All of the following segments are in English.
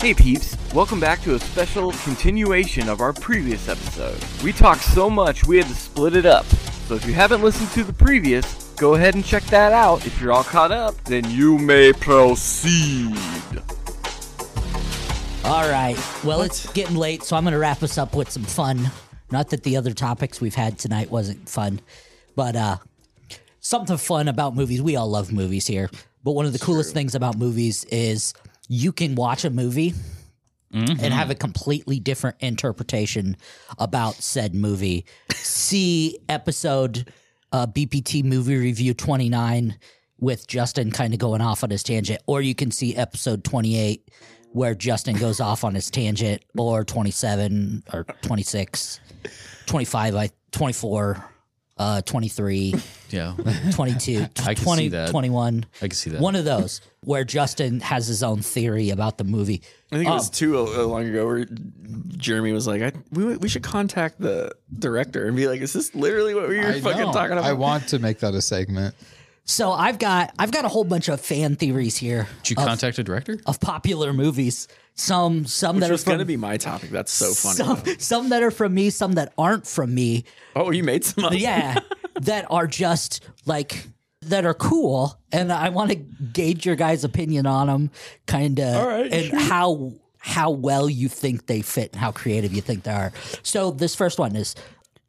Hey peeps, welcome back to a special continuation of our previous episode. We talked so much we had to split it up. So if you haven't listened to the previous, go ahead and check that out. If you're all caught up, then you may proceed. All right. Well, it's getting late, so I'm going to wrap us up with some fun. Not that the other topics we've had tonight wasn't fun, but uh something fun about movies. We all love movies here, but one of the coolest things about movies is you can watch a movie and Mm. have a completely different interpretation about said movie. See episode uh, BPT movie review 29 with Justin kind of going off on his tangent, or you can see episode 28 where Justin goes off on his tangent, or 27 or 26, 25, I 24, uh, 23, Yeah, 22, I can see 20, that. 21. I can see that. One of those where Justin has his own theory about the movie. I think it was too uh, long ago where Jeremy was like, I, we, we should contact the director and be like, is this literally what we were I fucking know. talking about? I want to make that a segment. So I've got I've got a whole bunch of fan theories here Did you contact a director? of popular movies. Some some that Which are was going to from be my topic. That's so funny. some, some that are from me, some that aren't from me. oh, you made some up. Yeah, that are just like that are cool, and I want to gauge your guys' opinion on them, kind of, right, and how how well you think they fit and how creative you think they are. So this first one is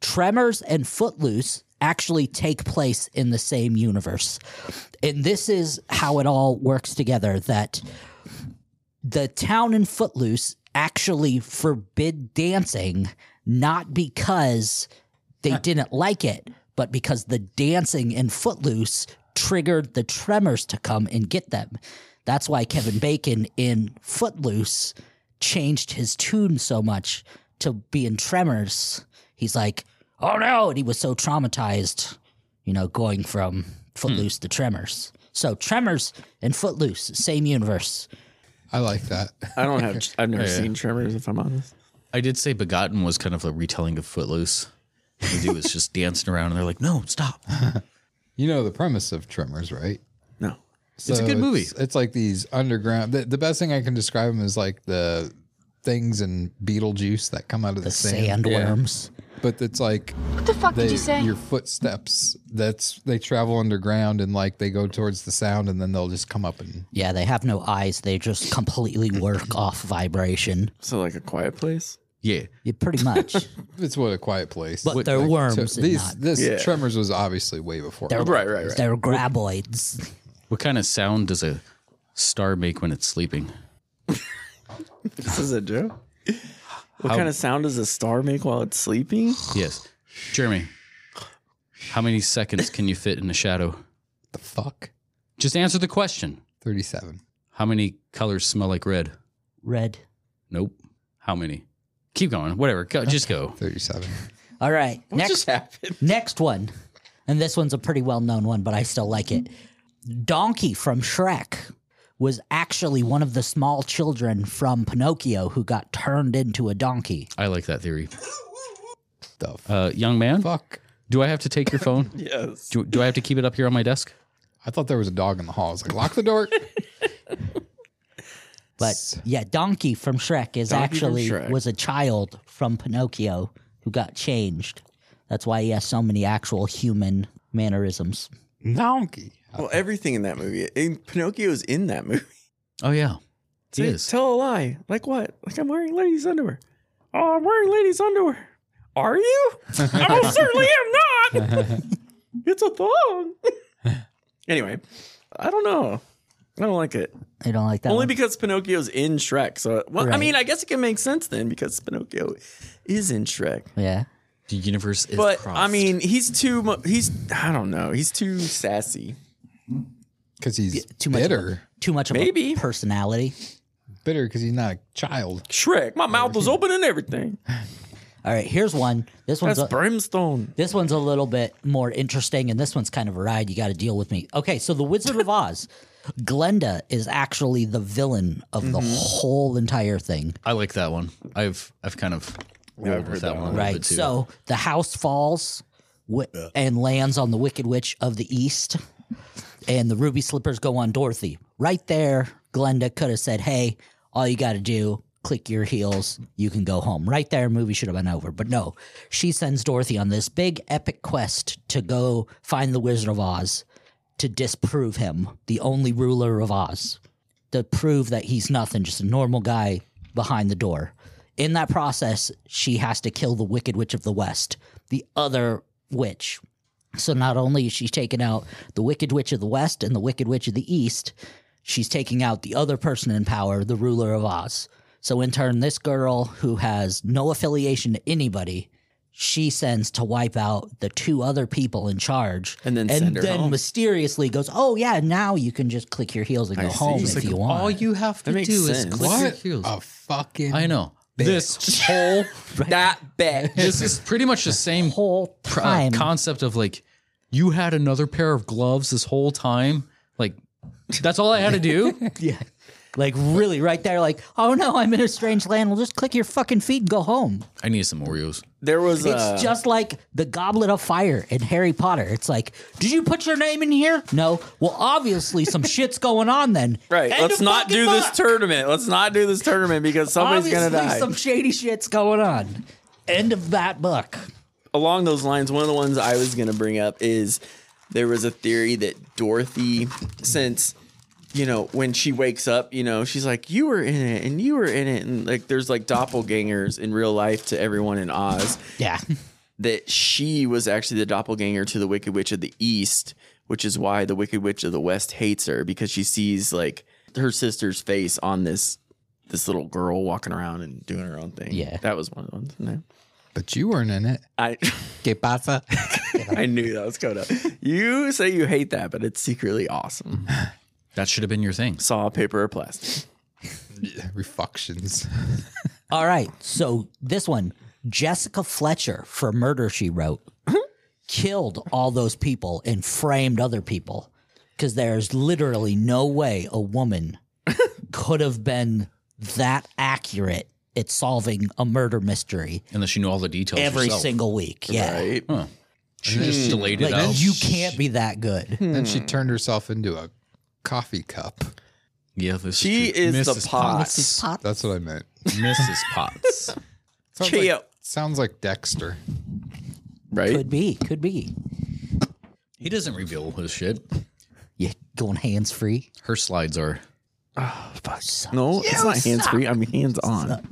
Tremors and Footloose actually take place in the same universe, and this is how it all works together. That the town in Footloose actually forbid dancing, not because they didn't like it, but because the dancing in Footloose triggered the tremors to come and get them. That's why Kevin Bacon in Footloose changed his tune so much to be in tremors. He's like, oh no. And he was so traumatized, you know, going from Footloose to Tremors. So Tremors and Footloose, same universe. I like that. I don't have, I've never Yeah. seen Tremors, if I'm honest. I did say Begotten was kind of a retelling of Footloose. The dude was just dancing around, and they're like, "No, stop!" You know the premise of Tremors, right? No. So a good movie. It's, it's like these underground. The, the best thing I can describe them is like the things in Beetlejuice that come out of The the, sand. sandworms. But it's like What the fuck they, did you say? your footsteps. That's they travel underground and like they go towards the sound and then they'll just come up and Yeah, they have no eyes. They just completely work off vibration. So, like a quiet place? Yeah, Yeah, pretty much. it's what a quiet place. But What- they're like, worms and these not- this Yeah. Tremors was obviously way before. They're, Right, right, right. They're graboids. what kind of sound does a star make when it's sleeping? This is a joke. What kind of sound does a star make while it's sleeping? Yes, Jeremy. How many seconds can you fit in a shadow? the fuck. Just answer the question. Thirty-seven. How many colors smell like red? Red. Nope. How many? Keep going. Whatever. Go, just go. 37. All right. next happened? next one. And this one's a pretty well known one, but I still like it. Donkey from Shrek was actually one of the small children from Pinocchio who got turned into a donkey. I like that theory. The f- Uh, young man, fuck. do I have to take your phone? Yes. Do, do I have to keep it up here on my desk? I thought there was a dog in the hall. I was like, lock the door. But yeah, Donkey from Shrek is Donkey from actually Shrek. was a child from Pinocchio who got changed. That's why he has so many actual human mannerisms. Donkey. Well, everything in that movie. And Pinocchio's in that movie. Oh yeah, it Say- is. Tell a lie. Like what? Like I'm wearing ladies' underwear. Oh, I'm wearing ladies' underwear. Are you? I most certainly am not. it's a thong. anyway, I don't know. I don't like it. I don't like that. Only one. because Pinocchio's in Shrek. So, well, I Right. mean, I guess it can make sense then because Pinocchio is in Shrek. yeah. The universe is But crossed. I mean, he's too. mu- He's I don't know. He's too sassy. Because he's Too much Of a, bitter. too much of Maybe. a personality. Bitter because he's not a child. Shrek. My mouth was open and everything. All right, here's one. This one's That's a, brimstone. this one's a little bit more interesting, and this one's kind of a ride. You got to deal with me. Okay, so the Wizard of Oz, Glenda is actually the villain of the whole entire thing. I like that one. I've I've kind of rolled with that, one a little bit Right. too. So the house falls wi- and lands on the Wicked Witch of the East, and the ruby slippers go on Dorothy. Right there, Glenda could have said, Hey, all you got to do click your heels you can go home right there movie should have been over but no she sends dorothy on this big epic quest to go find the wizard of oz to disprove him the only ruler of oz to prove that he's nothing just a normal guy behind the door in that process she has to kill the wicked witch of the west the other witch so not only is she taking out the Wicked Witch of the West and the Wicked Witch of the East, she's taking out the other person in power, the ruler of Oz. So in turn, this girl who has no affiliation to anybody, she sends to wipe out the two other people in charge. And then and send her then home. mysteriously goes, Oh yeah, now you can just click your heels and go I see. home She's if like, you want. All you have That to makes do sense. is click your What heels. a fucking I know. This whole That bet. this is pretty much the same whole pr- uh, time. concept of like you had another pair of gloves this whole time. Like that's all I had to do. yeah. Like really right there, like, oh no, I'm in a strange land. Well just click your fucking feet and go home. I need some Oreos. There was It's uh, just like the Goblet of Fire in Harry Potter. It's like, did you put your name in here? No. Well, obviously some shit's going on then. right. End let's of not fucking do book. this tournament. Let's not do this tournament because somebody's Obviously gonna die. some shady shit's going on. End of that book. Along those lines, one of the ones I was gonna bring up is there was a theory that Dorothy, since you know when she wakes up, you know she's like, "You were in it, and you were in it," and like there's like doppelgangers in real life to everyone in Oz. Yeah. that she was actually the doppelganger to the Wicked Witch of the East, which is why the Wicked Witch of the West hates her because she sees like her sister's face on this this little girl walking around and doing her own thing. Yeah. that was one of the ones. No. But you weren't in it. I Que pasa? I knew that was coming up. You say you hate that, but it's secretly awesome. That should have been your thing. Saw paper or plastic. Reflections. All right. So this one, Jessica Fletcher for Murder She Wrote, killed all those people and framed other people because there's literally no way a woman could have been that accurate at solving a murder mystery Unless you know all the details. every yourself. single week. Yeah. Right? Huh. She just delayed it Like out. you can't be that good. Then she turned herself into a coffee cup. yeah, this She true. is the Mrs. Potts. That's what I meant. Mrs. Potts. Sounds Chio. like, sounds like Dexter. Right? Could be, could be. He doesn't reveal his shit. You going hands free? Her slides are. no, it's not hands free. I mean hands on.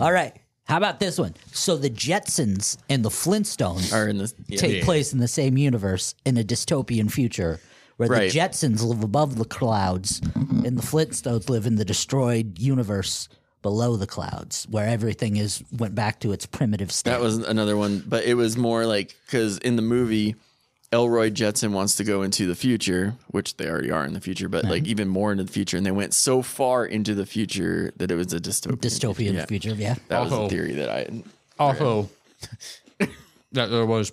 All right. How about this one? So the Jetsons and the Flintstones Or in this yeah. take place in the same universe in a dystopian future where Right. the Jetsons live above the clouds and the Flintstones live in the destroyed universe below the clouds where everything is went back to its primitive state. That was another one, but it was more like because in the movie, Elroy Jetson wants to go into the future, which they already are in the future, but Mm-hmm. like even more into the future, and they went so far into the future that it was a dystopian. dystopian future, yeah. that was a Oh. theory that I. Also, that there was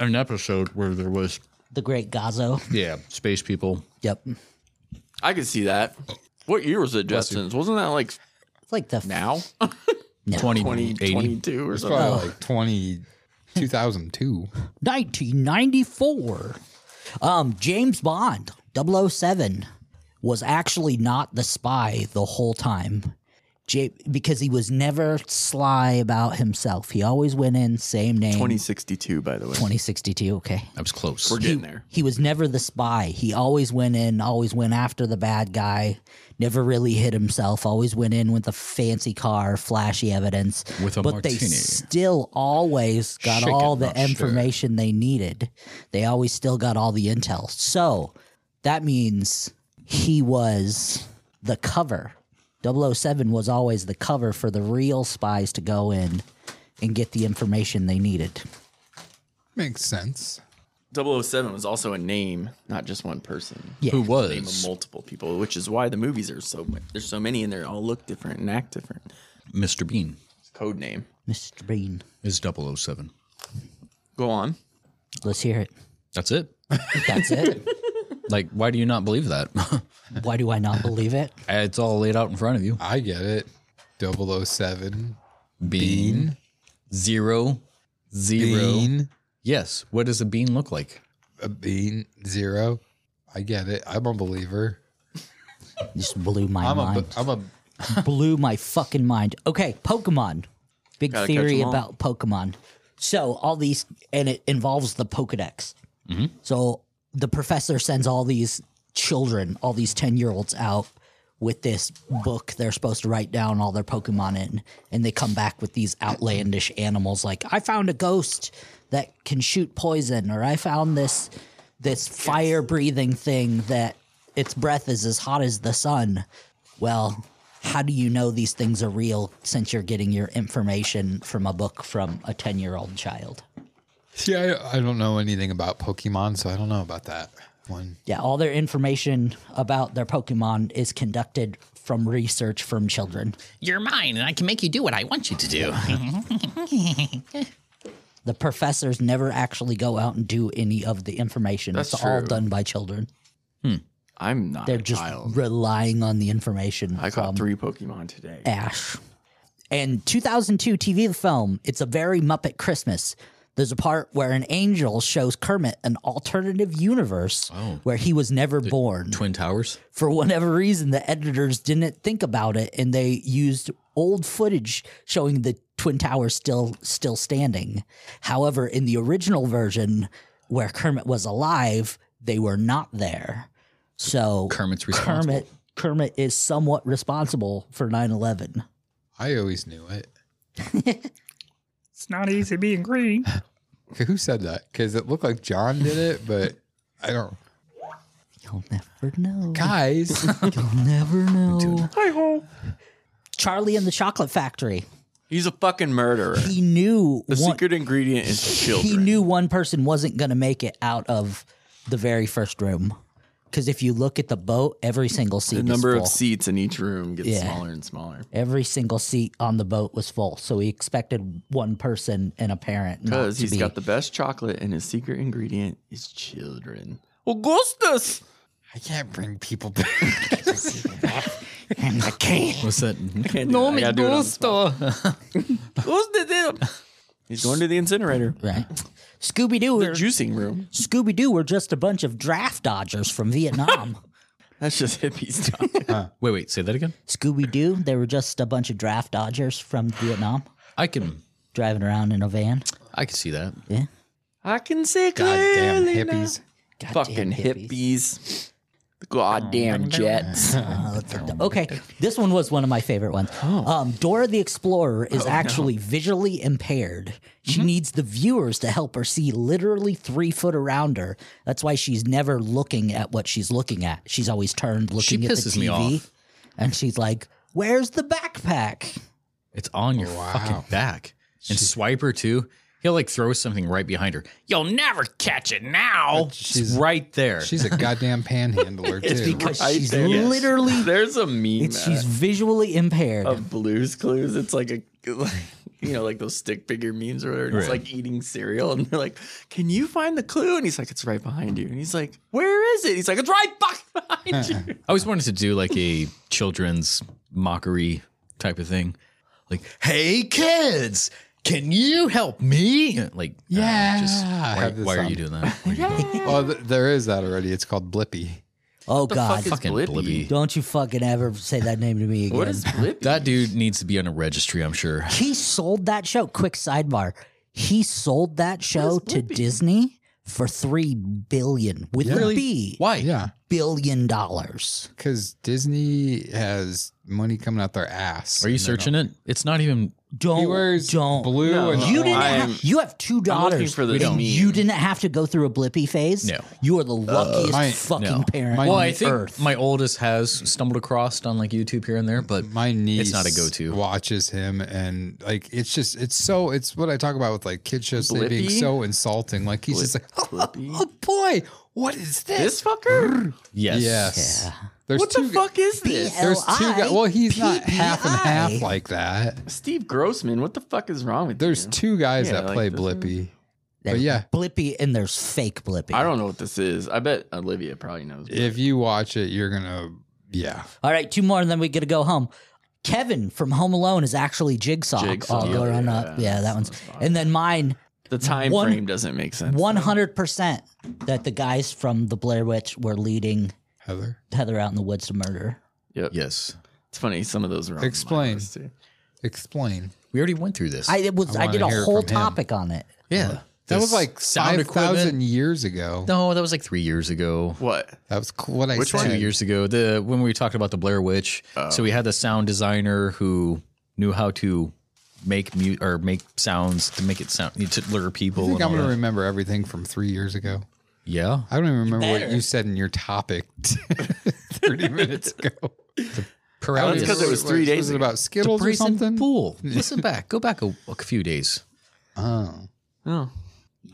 an episode where there was The Great Gazo. yeah space people. Yep. I could see that. What year was it, Jetsons? Wasn't that like It's like the now? 20, 80. 2022 or It's something? probably like 20, 2002. 1994. Um, James Bond 007 was actually not the spy the whole time. J- because he was never sly about himself. He always went in same name 2062, by the way. 2062, okay. I was close. We're getting there. He was never the spy. He always went in, always went after the bad guy, never really hid himself, always went in with a fancy car, flashy evidence. With a but they martini. still always got Shake it, all the not shake. information they needed. They always still got all the intel. So that means he was the cover. 007 was always the cover for the real spies to go in and get the information they needed. Makes sense. 007 was also a name, not just one person. Yeah. Who Name of was multiple people, which is why the movies are so there's so many and they all look different and act different. Mr. Bean? oh It's code name. Mr. Bean, Is 007. Go on. let's hear it. That's it. That's it. Like, why do you not believe that? Why do I not believe it? it's all laid out in front of you. I get it. 007. Bean. Zero. Zero. Bean. Yes. What does a bean look like? A bean. Zero. I get it. I'm a believer. Just blew my I'm a, mind. be- I'm a blew my fucking mind. Okay, Pokemon. Big Gotta catch theory 'em all. about Pokemon. So all these, and it involves the Pokedex. Mm-hmm. So the professor sends all these children, all these 10 year olds out with this book they're supposed to write down all their Pokemon in. And they come back with these outlandish animals like, I found a ghost that can shoot poison, or I found this this fire breathing thing that its breath is as hot as the sun. Well, how do you know these things are real since you're getting your information from a book from a 10 year old child? See, I, I don't know anything about Pokemon, so I don't know about that one. Yeah, all their information about their Pokemon is conducted from research from children. You're mine, and I can make you do what I want you to do. The professors never actually go out and do any of the information. it's all done by children. I'm not They're a just um, child. relying on the information. I from- caught three Pokemon today. Ash. And 2002 TV film, it's a very Muppet Christmas. There's a part where an angel shows Kermit an alternative universe Oh. where he was never born. Twin Towers. For whatever reason, the editors didn't think about it and they used old footage showing the Twin Towers still still standing. However, in the original version where Kermit was alive, they were not there. So Kermit's responsible. Kermit Kermit is somewhat responsible for 9/11. I always knew it. It's not easy being green. Okay, Who said that? Because it looked like John did it, but I don't. You'll never know. Guys, You'll never know. Hi ho. Charlie and the Chocolate Factory. He's a fucking murderer. He knew The one, secret ingredient is children. he knew one person wasn't going to make it out of the very first room. Because if you look at the boat, every single seat the number is of full. seats in each room gets Yeah. smaller and smaller. every single seat on the boat was full. So he expected one person and a parent. not Because to he's be- got the best chocolate, and his secret ingredient is children. Augustus! I can't bring people back. What's that? No me gusta. He's going to the incinerator. right. Scooby Doo. The We're juicing room. Scooby Doo. We're just a bunch of draft dodgers from Vietnam. That's just hippie stuff. Wait, wait. Say that again. Scooby Doo. They were just a bunch of draft dodgers from Vietnam, I can, driving around in a van. I can see that. I can see Goddamn clearly now. hippies. Fucking hippies. The goddamn jets. Oh Okay, this one was one of my favorite ones. Um, Dora the Explorer Oh, is actually visually impaired. Mm-hmm. She needs the viewers to help her see literally three foot around her. That's why she's never looking at what she's looking at. She's always turned looking at the pisses TV, me off. and she's like, "Where's the backpack?" It's on your fucking back. And Swiper too. He'll like throw something right behind her. You'll never catch it now. She's she's- right there. She's a goddamn panhandler too. Because right she's there. Yes. literally, There's a meme it's, she's uh, visually impaired. of Blue's Clues. It's like a, you know, like those stick figure memes or whatever. It's like eating cereal, and they're like, "Can you find the clue?" And he's like, "It's right behind you." And he's like, "Where is it?" He's like, "It's right fucking behind you." I always wanted to do like a children's mockery type of thing. Like, hey kids, can you help me? Like, uh, Yeah, just I why, have this why are on. you doing that? Why are you doing that? oh, th- there is that already. It's called Blippy. oh God! fuck is- Fucking Blippi. Blippi. Don't you fucking ever say that name to me again. What is Blippi? That dude needs to be on a registry, I'm sure. He sold that show. Quick sidebar. He sold that show to Disney for three billion with a B Why? Yeah, billion dollars. because Disney has money coming out their ass. Are you searching it? It's not even Don't He wears don't. blue No. and you didn't. I'm- have, you have two daughters. for this and meme. you didn't have to go through a blippy phase. No. you are the luckiest Uh, my- fucking no. parent. My- on Well, I the think earth. my oldest has stumbled across on like YouTube here and there, but my niece not a go-to. watches him and like it's just it's so it's what i talk about with like kid shows today being Blippi? so insulting like he's just like oh, oh, boy what is this, This fucker? yes. yes there's What two the fuck is B this? L there's two I guys well he's not P P half and half I. like that Steve Grossman, what the fuck is wrong with there's you? two guys Yeah, that like play this blippy There's but yeah. blippy and there's fake blippy. I don't know what this is. I bet Olivia probably knows. if you watch it you're gonna yeah All right, two more, and then we get to go home. Kevin from Home Alone is actually Jigsaw. Jigsaw, All grown yeah, up. Yeah, that one's. that's And then mine, the time one- frame doesn't make sense. one hundred percent that the guys from the Blair Witch were leading heather Heather out in the woods to murder. Yep. Yes. It's funny. Some of those are on my Explain. list, too. Explain. We already went through this. I it was I I, did wanna a hear it whole from him. topic on it. yeah. Uh, That The was like sound five thousand years ago. No, that was like three years ago. What? That was cl- what I Which said. one? Oh. Two years ago, the when we talked about the Blair Witch. So we had the sound designer who knew how to make mute or make sounds to make it sound to lure people. I think and I'm all gonna that. remember everything from three years ago. yeah, I don't even remember what better. you said in your topic thirty minutes ago. That's 'cause it was three days Was it ago. about Skittles or Brazen something? Pool. Listen back. Go back a, a few days. Oh, Oh,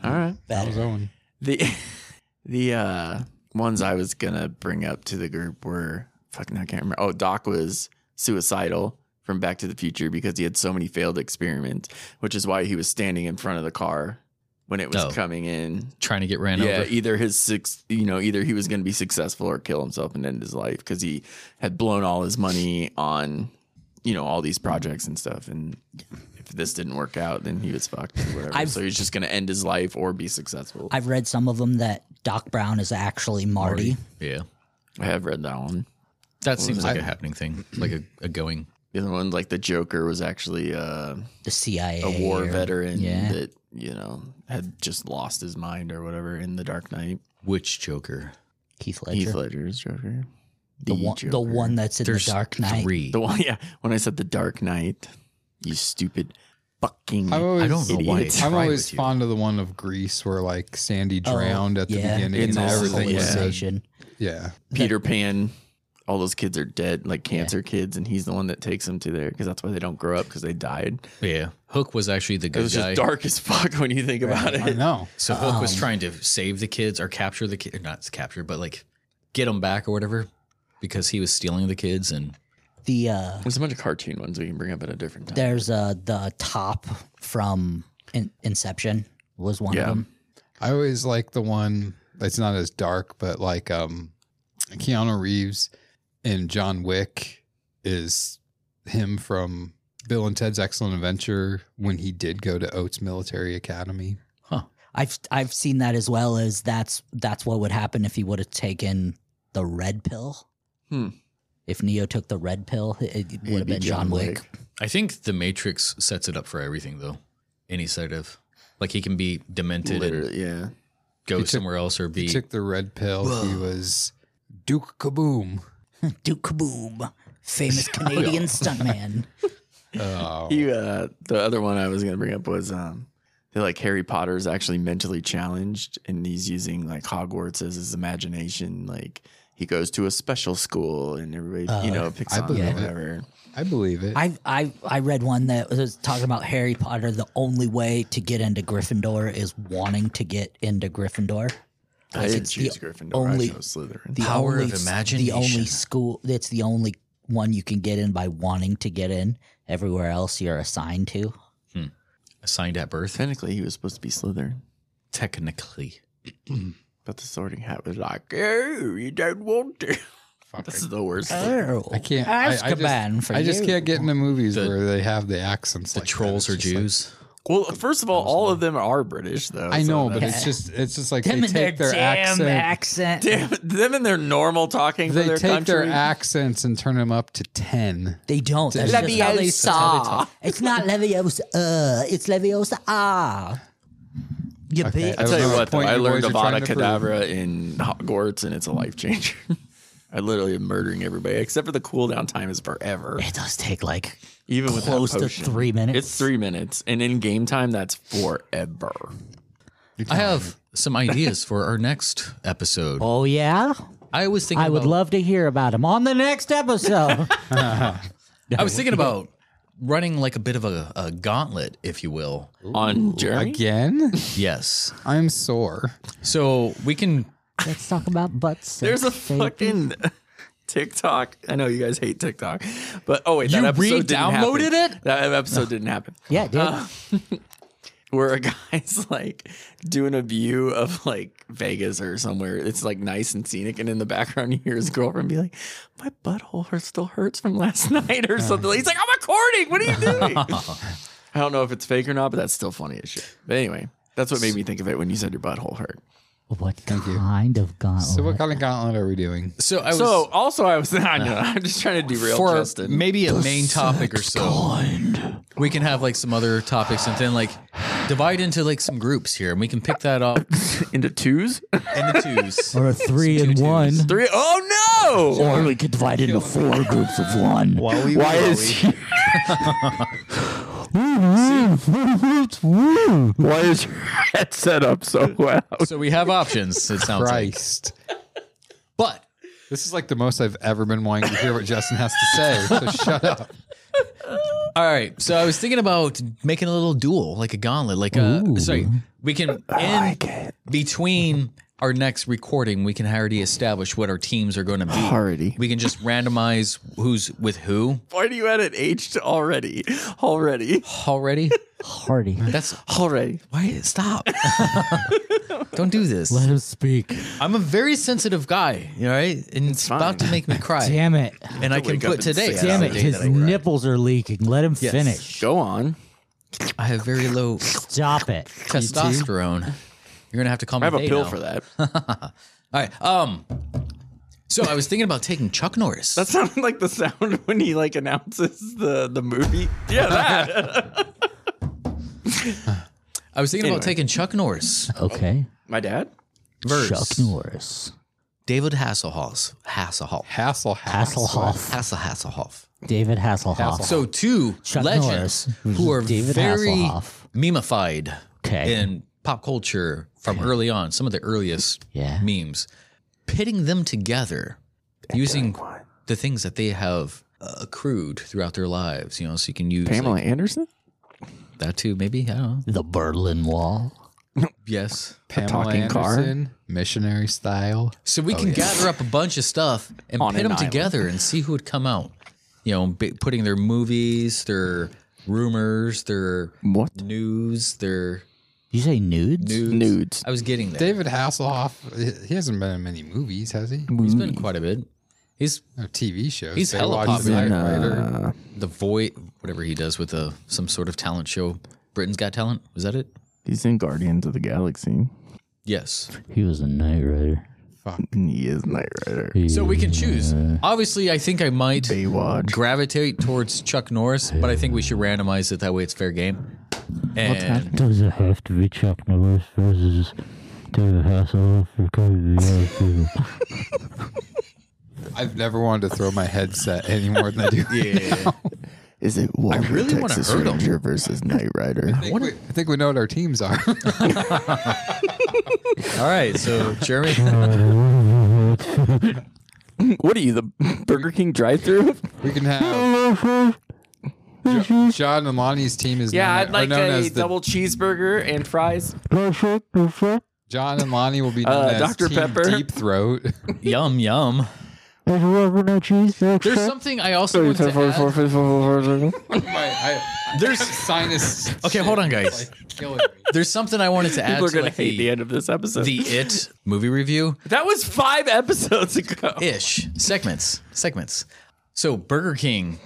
all right. that was Owen. The the uh, ones I was gonna bring up to the group were fucking I can't remember. Oh, Doc was suicidal from Back to the Future because he had so many failed experiments, which is why he was standing in front of the car when it was Oh. coming in. Trying to get ran yeah, over. either his six, you know, either he was going to be successful or kill himself and end his life because he had blown all his money on, you know, all these projects and stuff. And if this didn't work out, then he was fucked. Or whatever. I've- so he's just going to end his life or be successful. I, I've read some of them that Doc Brown is actually Marty. Yeah, have read that one. that seems like a happening thing, like a, a going. The other one, like the Joker, was actually uh, the CIA, a war or- veteran Yeah. that you know had just lost his mind or whatever in the Dark Knight. Which Joker? Heath Ledger, Heath Ledger's Joker. the, one, the Joker. one that's in There's the Dark Knight. three. The one, yeah. When I said the Dark Knight, you stupid fucking. I'm always, I don't know why. Idiot. it's I'm right always with you. fond of the one of Greece where like Sandy Oh, drowned at the yeah. beginning In and this everything was whole said. Hallucination. Yeah. Peter Pan. All those kids are dead, like cancer kids, and he's the one that takes them to there because that's why they don't grow up because they died. Yeah, Hook was actually the It good was guy. just dark as fuck when you think about I it. know. So Hook Um, was trying to save the kids or capture the kid, not capture, but like get them back or whatever, because he was stealing the kids. And The uh, There's a bunch of cartoon ones we can bring up at a different time. there's uh, the top from in- Inception was one Yeah. of them. I always like the one that's not as dark, but like um Keanu Reeves and John Wick is him from Bill and Ted's Excellent Adventure when he did go to Oates Military Academy. I've I've seen that as well as that's that's what would happen if he would have taken the red pill. Hmm. If Neo took the red pill, it, it would have be been John John Wick. Wick. I think the Matrix sets it up for everything, though. Any sort of like he can be demented and Literally, yeah. go He took- somewhere else or He be took the red pill. He was Duke Kaboom. Duke Kaboom, famous Canadian stuntman. Oh, He, uh, the other one I was gonna bring up was um, they're like Harry Potter is actually mentally challenged, and he's using like Hogwarts as his imagination. Like he goes to a special school, and everybody, you know, picks Uh, I on him believe or it. whatever. I believe it. I I I read one that was talking about Harry Potter. The only way to get into Gryffindor is wanting to get into Gryffindor. I It's didn't the choose Gryffindor. only- I chose Slytherin. The Power only, of The only imagination. school. It's the only one you can get in by wanting to get in. Everywhere else, you're assigned to. assigned at birth. Technically, he was supposed to be Slytherin, Technically, but the Sorting Hat was like, "Oh, you don't want to." This is the worst. Oh, I can't. I, I just- Azkaban for I just you. can't get into movies The- where they have the accents. the like that. trolls It's are just like- Jews. Well, first of all, all of them are British, though. I so know, but that's- it's just it's just like Them they and their, take their, damn accent. accent. damn them and their normal talking for they their take their country. accents and turn them up to ten. They don't. That's Leviosa. just how they talk. It's not Leviosa. Uh, it's Leviosa. Ah. You Okay, bitch. I I tell don't you know what, though, point I you learned boys are Avada trying to prove. Kedavra in Hogwarts, and it's a life changer. I literally am murdering everybody, except for the cooldown time is forever. It does take like Even with that close to potion. three minutes. It's three minutes, and in game time, that's forever. I have some ideas for our next episode. Oh yeah, I was thinking. I would about- love to hear about him on the next episode. I was thinking about running like a bit of a, a gauntlet, if you will. On Jeremy, Again, Yes. I'm sore. So we can Let's talk about butts. there's a fucking TikTok. I know you guys hate TikTok, but oh wait, that You episode didn't happen. re-downloaded it? That episode didn't happen. yeah, dude. uh, where a guy's like doing a view of like Vegas or somewhere. It's like nice and scenic, and in the background you hear his girlfriend be like, "My butthole hurt, still hurts from last night" or something. He's like, "I'm recording. What are you doing?" I don't know if it's fake or not, but that's still funny as shit. But anyway, that's what made me think of it when you said your butthole hurt. What Thank you. kind of gauntlet? So what kind of gauntlet are we doing? So I was so also, I was. I know. I'm just trying to derail for Justin. maybe a main topic or so. We can have like some other topics and then like divide into like some groups here, and we can pick that up into twos. in the twos. or a three Some and two one, twos. Three. Oh no! or we could divide into four groups of one. Wally, Why is he, why is your head set up so well? so we have options. It sounds like, Christ. but This is like the most I've ever been wanting to hear what Justin has to say. So shut up. All right. So I was thinking about making a little duel, like a gauntlet, like a sorry. We can in between our next recording, we can already establish what our teams are going to be. Already. We can just randomize who's with who Why do you at an H already? Already. already. Hardy, That's Already. why stop. Don't do this. let him speak. I'm a very sensitive guy, all right? And it's, about to fine. make me cry. Damn it! And I can wake up put at today. six as Damn the it! day His that I write. nipples are leaking. Let him Yes. finish. Go on. I have very low Stop it. testosterone. You're gonna have to call me. I have a Dave pill now. for that. All right. Um. So I was thinking about taking Chuck Norris. That sounded like the sound when he like announces the the movie. Yeah, that. I was thinking about Anyway. taking Chuck Norris Oh. Okay. My dad. versus Chuck Norris. David Hasselhoff. Hasselhoff. Hassle, hassle. Hasselhoff. Hassel Hasselhoff. David Hasselhoff. So two Chuck legends Norris who are versus David very Hasselhoff. memeified Okay. in pop culture from early on. Some of the earliest Yeah. memes, pitting them together using the things that they have uh, accrued throughout their lives. You know, so you can use Pamela like, Anderson. that too. Maybe I don't know. the Berlin Wall. Yes. Pamela talking car? Anderson, missionary style. So Oh, we can gather up a bunch of stuff and On pit an them island. together and see who would come out. You know, b- putting their movies, their rumors, their What? news, their You say nudes? news. Nudes. I was getting there. David Hasselhoff, he hasn't been in many movies, has he? He's been quite a bit. He's No TV shows. He's They hella watched popular. Knight Rider. the void, whatever he does with a some sort of talent show. Britain's Got Talent. Was that it? He's in Guardians of the Galaxy. Yes. He was a Knight Rider. And he is Knight Rider. So we can choose. Obviously, I think I might Baywatch. gravitate towards Chuck Norris, but I think we should randomize it. That way, it's fair game. And Does it have to be Chuck Norris versus David Hasselhoff for Cody the Ice Eagle? I've never wanted to throw my headset any more than I do. yeah. Is it Walker really wanna Texas hurt him. Ranger versus Knight Rider? I think, we, I think we know what our teams are. All right, so Jeremy, what are you, the Burger King drive-through? we can have. Jo- John and Lonnie's team is Yeah, known, I'd are like known a as the double cheeseburger and fries. John and Lonnie will be known Uh, as Dr. Team Pepper. Deep Throat. yum yum. There's something I also want to add. My- I- There's sinus. okay, hold on, guys. killing me. There's something I wanted to add People are to gonna like hate the, the, end of this episode. the It movie review that was five episodes ago. ish segments segments. So Burger King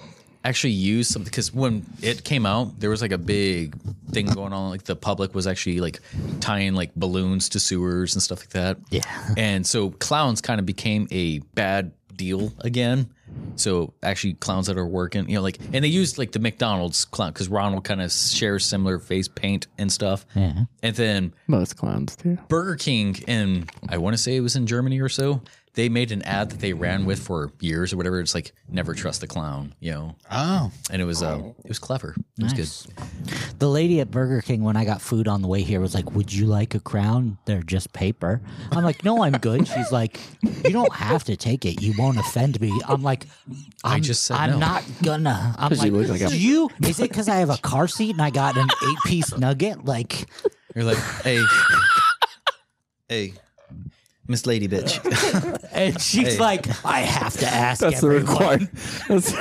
actually used something because when it came out, there was like a big thing going on. Like the public was actually like tying like balloons to sewers and stuff like that. Yeah. And so clowns kind of became a bad deal again. So actually, clowns that are working, you know, like, and they used like the McDonald's clown because Ronald kind of shares similar face paint and stuff. Yeah. And then Most clowns do. Burger King in I want to say it was in Germany or so. They made an ad that they ran with for years or whatever. It's like never trust the clown, you know. Oh, And it was uh, it was clever. It was Nice. The lady at Burger King, when I got food on the way here, was like, Would you like a crown? They're just paper. I'm like, No, I'm good. She's like, You don't have to take it. You won't offend me. I'm like, I'm, just said I'm no." not gonna. I'm 'Cause like, you look like a- "Do you, is it because I have a car seat and I got an eight piece nugget? Like, good. You're like, hey, hey, Miss Lady Bitch. and she's Hey. like, I have to ask That's the everyone. requirement. That's,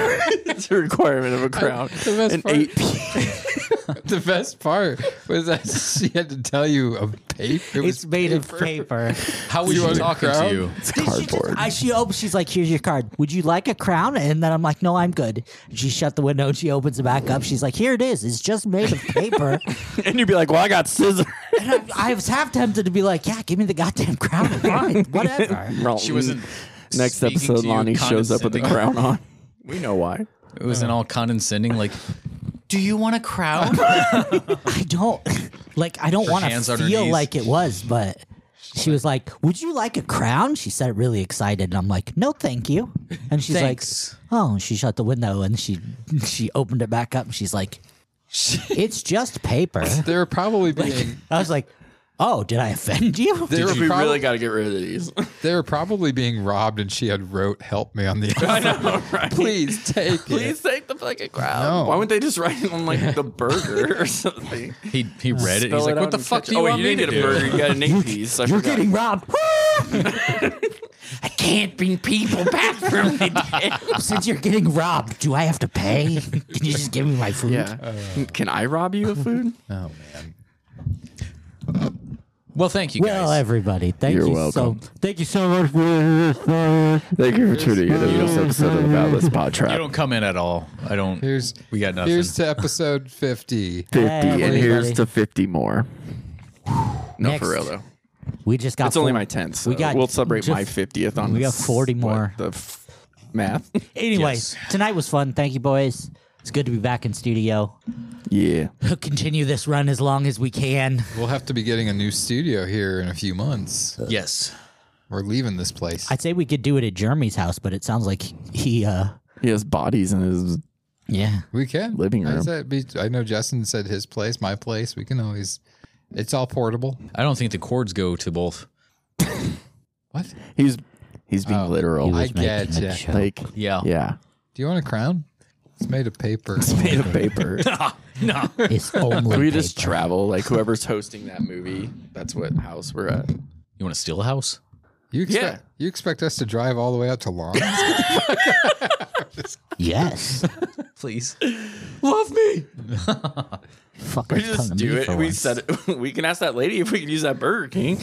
that's the requirement of a crown. best An part- eight piece. the best part was that she had to tell you a paper. It was It's made of paper. How was You she want a talking to crown? you? Did she just- I, she opens. She's like, "Here's your card. Would you like a crown?" And then I'm like, "No, I'm good." She shut the window. and She opens it back up. She's like, "Here it is. It's just made of paper." And you'd be like, well, I got scissors. And I, I was half tempted to be like, yeah, give me the goddamn crown. Fine, whatever. She wasn't. Next speaking to episode, you Lonnie shows up with a condescending. crown on. We know why. It wasn't all condescending. Like, do you want a crown? I don't like. I don't Her want hands to on her feel knees. like it was, but she was like, "Would you like a crown?" She said it really excited, and I'm like, "No, thank you." And she's Thanks. like, "Oh," and she shut the window and she she opened it back up, and she's like, "It's just paper." They were probably being I was like, "Oh, did I offend you?" they were, We prob- really got to get rid of these. they were probably being robbed, and she had wrote "Help me" on the. I know, right? Please take Please it. take the fucking crown. No. Why wouldn't they just write it on like the burger or something? he he read it. Spell He's like, out what the and fuck catch- do you oh, want you me didn't to get do? a burger. You got an eight piece. I You're forgot. getting robbed. I can't bring people back from Since you're getting robbed, do I have to pay? Can you just give me my food? Yeah. Can I rob you of food? Oh man, Well, thank you guys. Well, everybody, thank You're you welcome. so. Thank you so much for this. Thomas. Thank you for tuning in to this episode of About This Pod you Trap don't come in at all. I don't. here's we got nothing. here's to episode fifty. 50, Hey, and here's everybody. to 50 more. No, Next. for real though. We just got. It's only four- my 10th. So we we got will celebrate just- my 50th on we got this- 40 what, more. the f- math. Anyway, Yes. tonight was fun. Thank you, boys. It's good to be back in studio. yeah. We'll continue this run as long as we can. We'll have to be getting a new studio here in a few months. Uh, yes. We're leaving this place. I'd say we could do it at Jeremy's house, but it sounds like he. uh He has bodies in his Yeah. we can Living I room. said be- I know Justin said his place, my place. We can always. It's all portable. I don't think the cords go to both. What? he's he's being Oh. literal. I get making a ya. joke. like Yeah. yeah. Do you want a crown? It's made of paper. Made of paper. It's only. we paper. just travel. Like whoever's hosting that movie, that's what house we're at. You want to steal a house? You expect you expect us to drive all the way out to Long? Yes. Please. Love me. Fuck. We just do it. We said it. we can ask that lady if we can use that Burger King.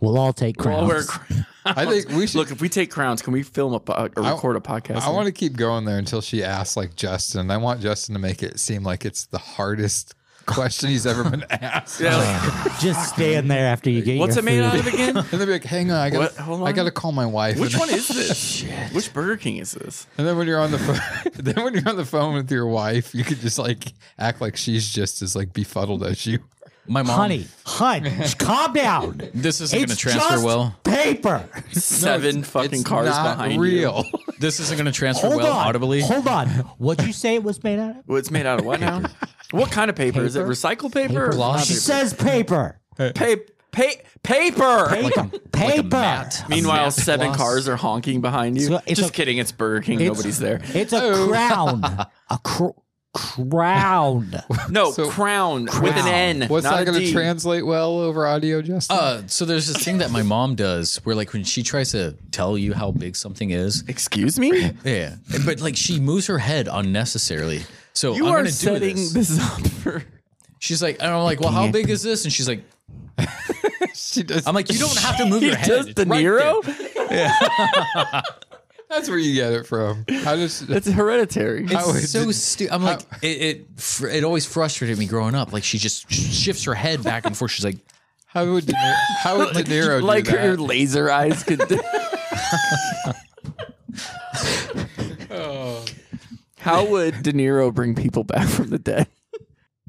We'll all take We'll crowns. all wear crowns. I think we should Look, if we take crowns, can we film a po- uh, or I- record a podcast? I want to keep going there until she asks like Justin. I want Justin to make it seem like it's the hardest question he's ever been asked. Yeah, like, just stand there after you get what's your it made food. out of again? And they'll be like, "Hang on, I What? got Hold I on. got to call my wife." Which and, one is this? Which Burger King is this? and then when you're on the phone, then when you're on the phone with your wife, you could just like act like she's just as like befuddled as you. My mom. Honey, hun, just calm down. This isn't going It's to transfer just well. paper. Seven fucking It's cars not behind you. real. This isn't going to transfer Hold well on. audibly. Hold on. What'd you say it was made out of? Well, it's made out of what now? what kind of paper? Is it recycled paper? or Gloss. She says paper. pa- pa- paper. Paper. like a paper. mat. Meanwhile, Matt seven Gloss. cars are honking behind you. So it's Just a- kidding, it's Burger King. it's- Nobody's there. Oh. It's a crown. A cr- crown. No, So- crown, with an Crown. N. What's not that going to translate well over audio, Justin? Uh, so there's this thing that my mom does where, like, when she tries to tell you how big something is, Excuse me? yeah, but like she moves her head unnecessarily. So You I'm are gonna do setting this. this. up for. She's like, and I'm like, well, how big is this? And she's like, she does. I'm like, you don't have to move your head. Does De It's right Niro? there. That's where you get it from. I just it's hereditary. How It's is so it- stupid. I'm like, it, it fr- it always frustrated me growing up. Like she just sh- shifts her head back and forth. She's like, how would De Niro, how would De Niro do like that? her laser eyes could. Oh. How would De Niro bring people back from the dead?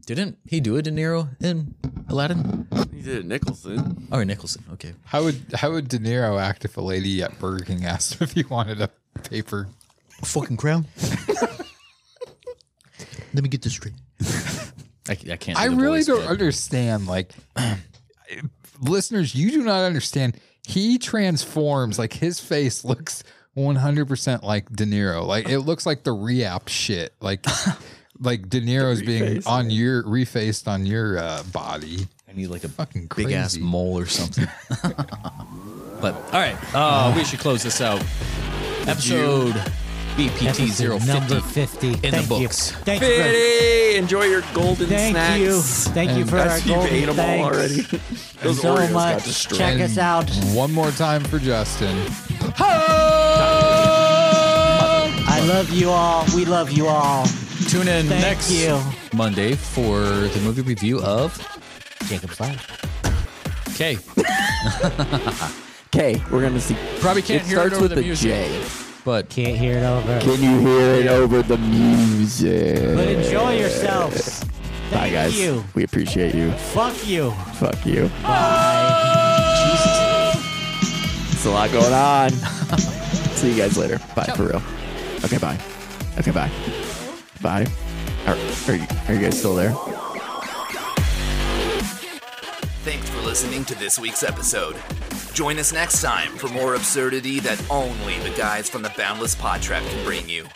didn't he do a De Niro in Aladdin? He did it, Nicholson. Oh, Nicholson. Okay. How would how would De Niro act if a lady at Burger King asked him if he wanted a paper? fucking crown. Let me get this straight. I, I can't. I do the really voice, don't but- understand. Like, listeners, you do not understand. He transforms. Like his face looks one hundred percent like De Niro. Like it looks like the reap shit. Like. Like De Niro's being on your refaced on your uh, body. I need like a Fucking big ass crazy. mole or something. but all right, uh, we should close this out. Episode BPT Episode Number 050. 50. In the Thank You. books. Thank you. for- Fitty, enjoy your golden Thank snacks. you. Thank you for our That's you've ate golden them all thanks already. Those so Oreos got much. destroyed. Check us out. One more time for Justin. I love you all. We love you all. Tune in Thank next you. Monday for the movie review of Jacob's Ladder. Okay. Okay, we're gonna see. Probably can't it hear it starts over with the a music. J. But Can't hear it over. Can you hear it over the music? But enjoy yourselves. Thank Bye, guys. you. We appreciate you. Fuck you. Fuck you. Bye. Jesus. It's a lot going on. See you guys later. Bye for real. Okay, bye. Okay, bye. Bye. Are, are, you, are you guys still there? Thanks for listening to this week's episode. Join us next time for more absurdity that only the guys from the Boundless Pod Trap can bring you.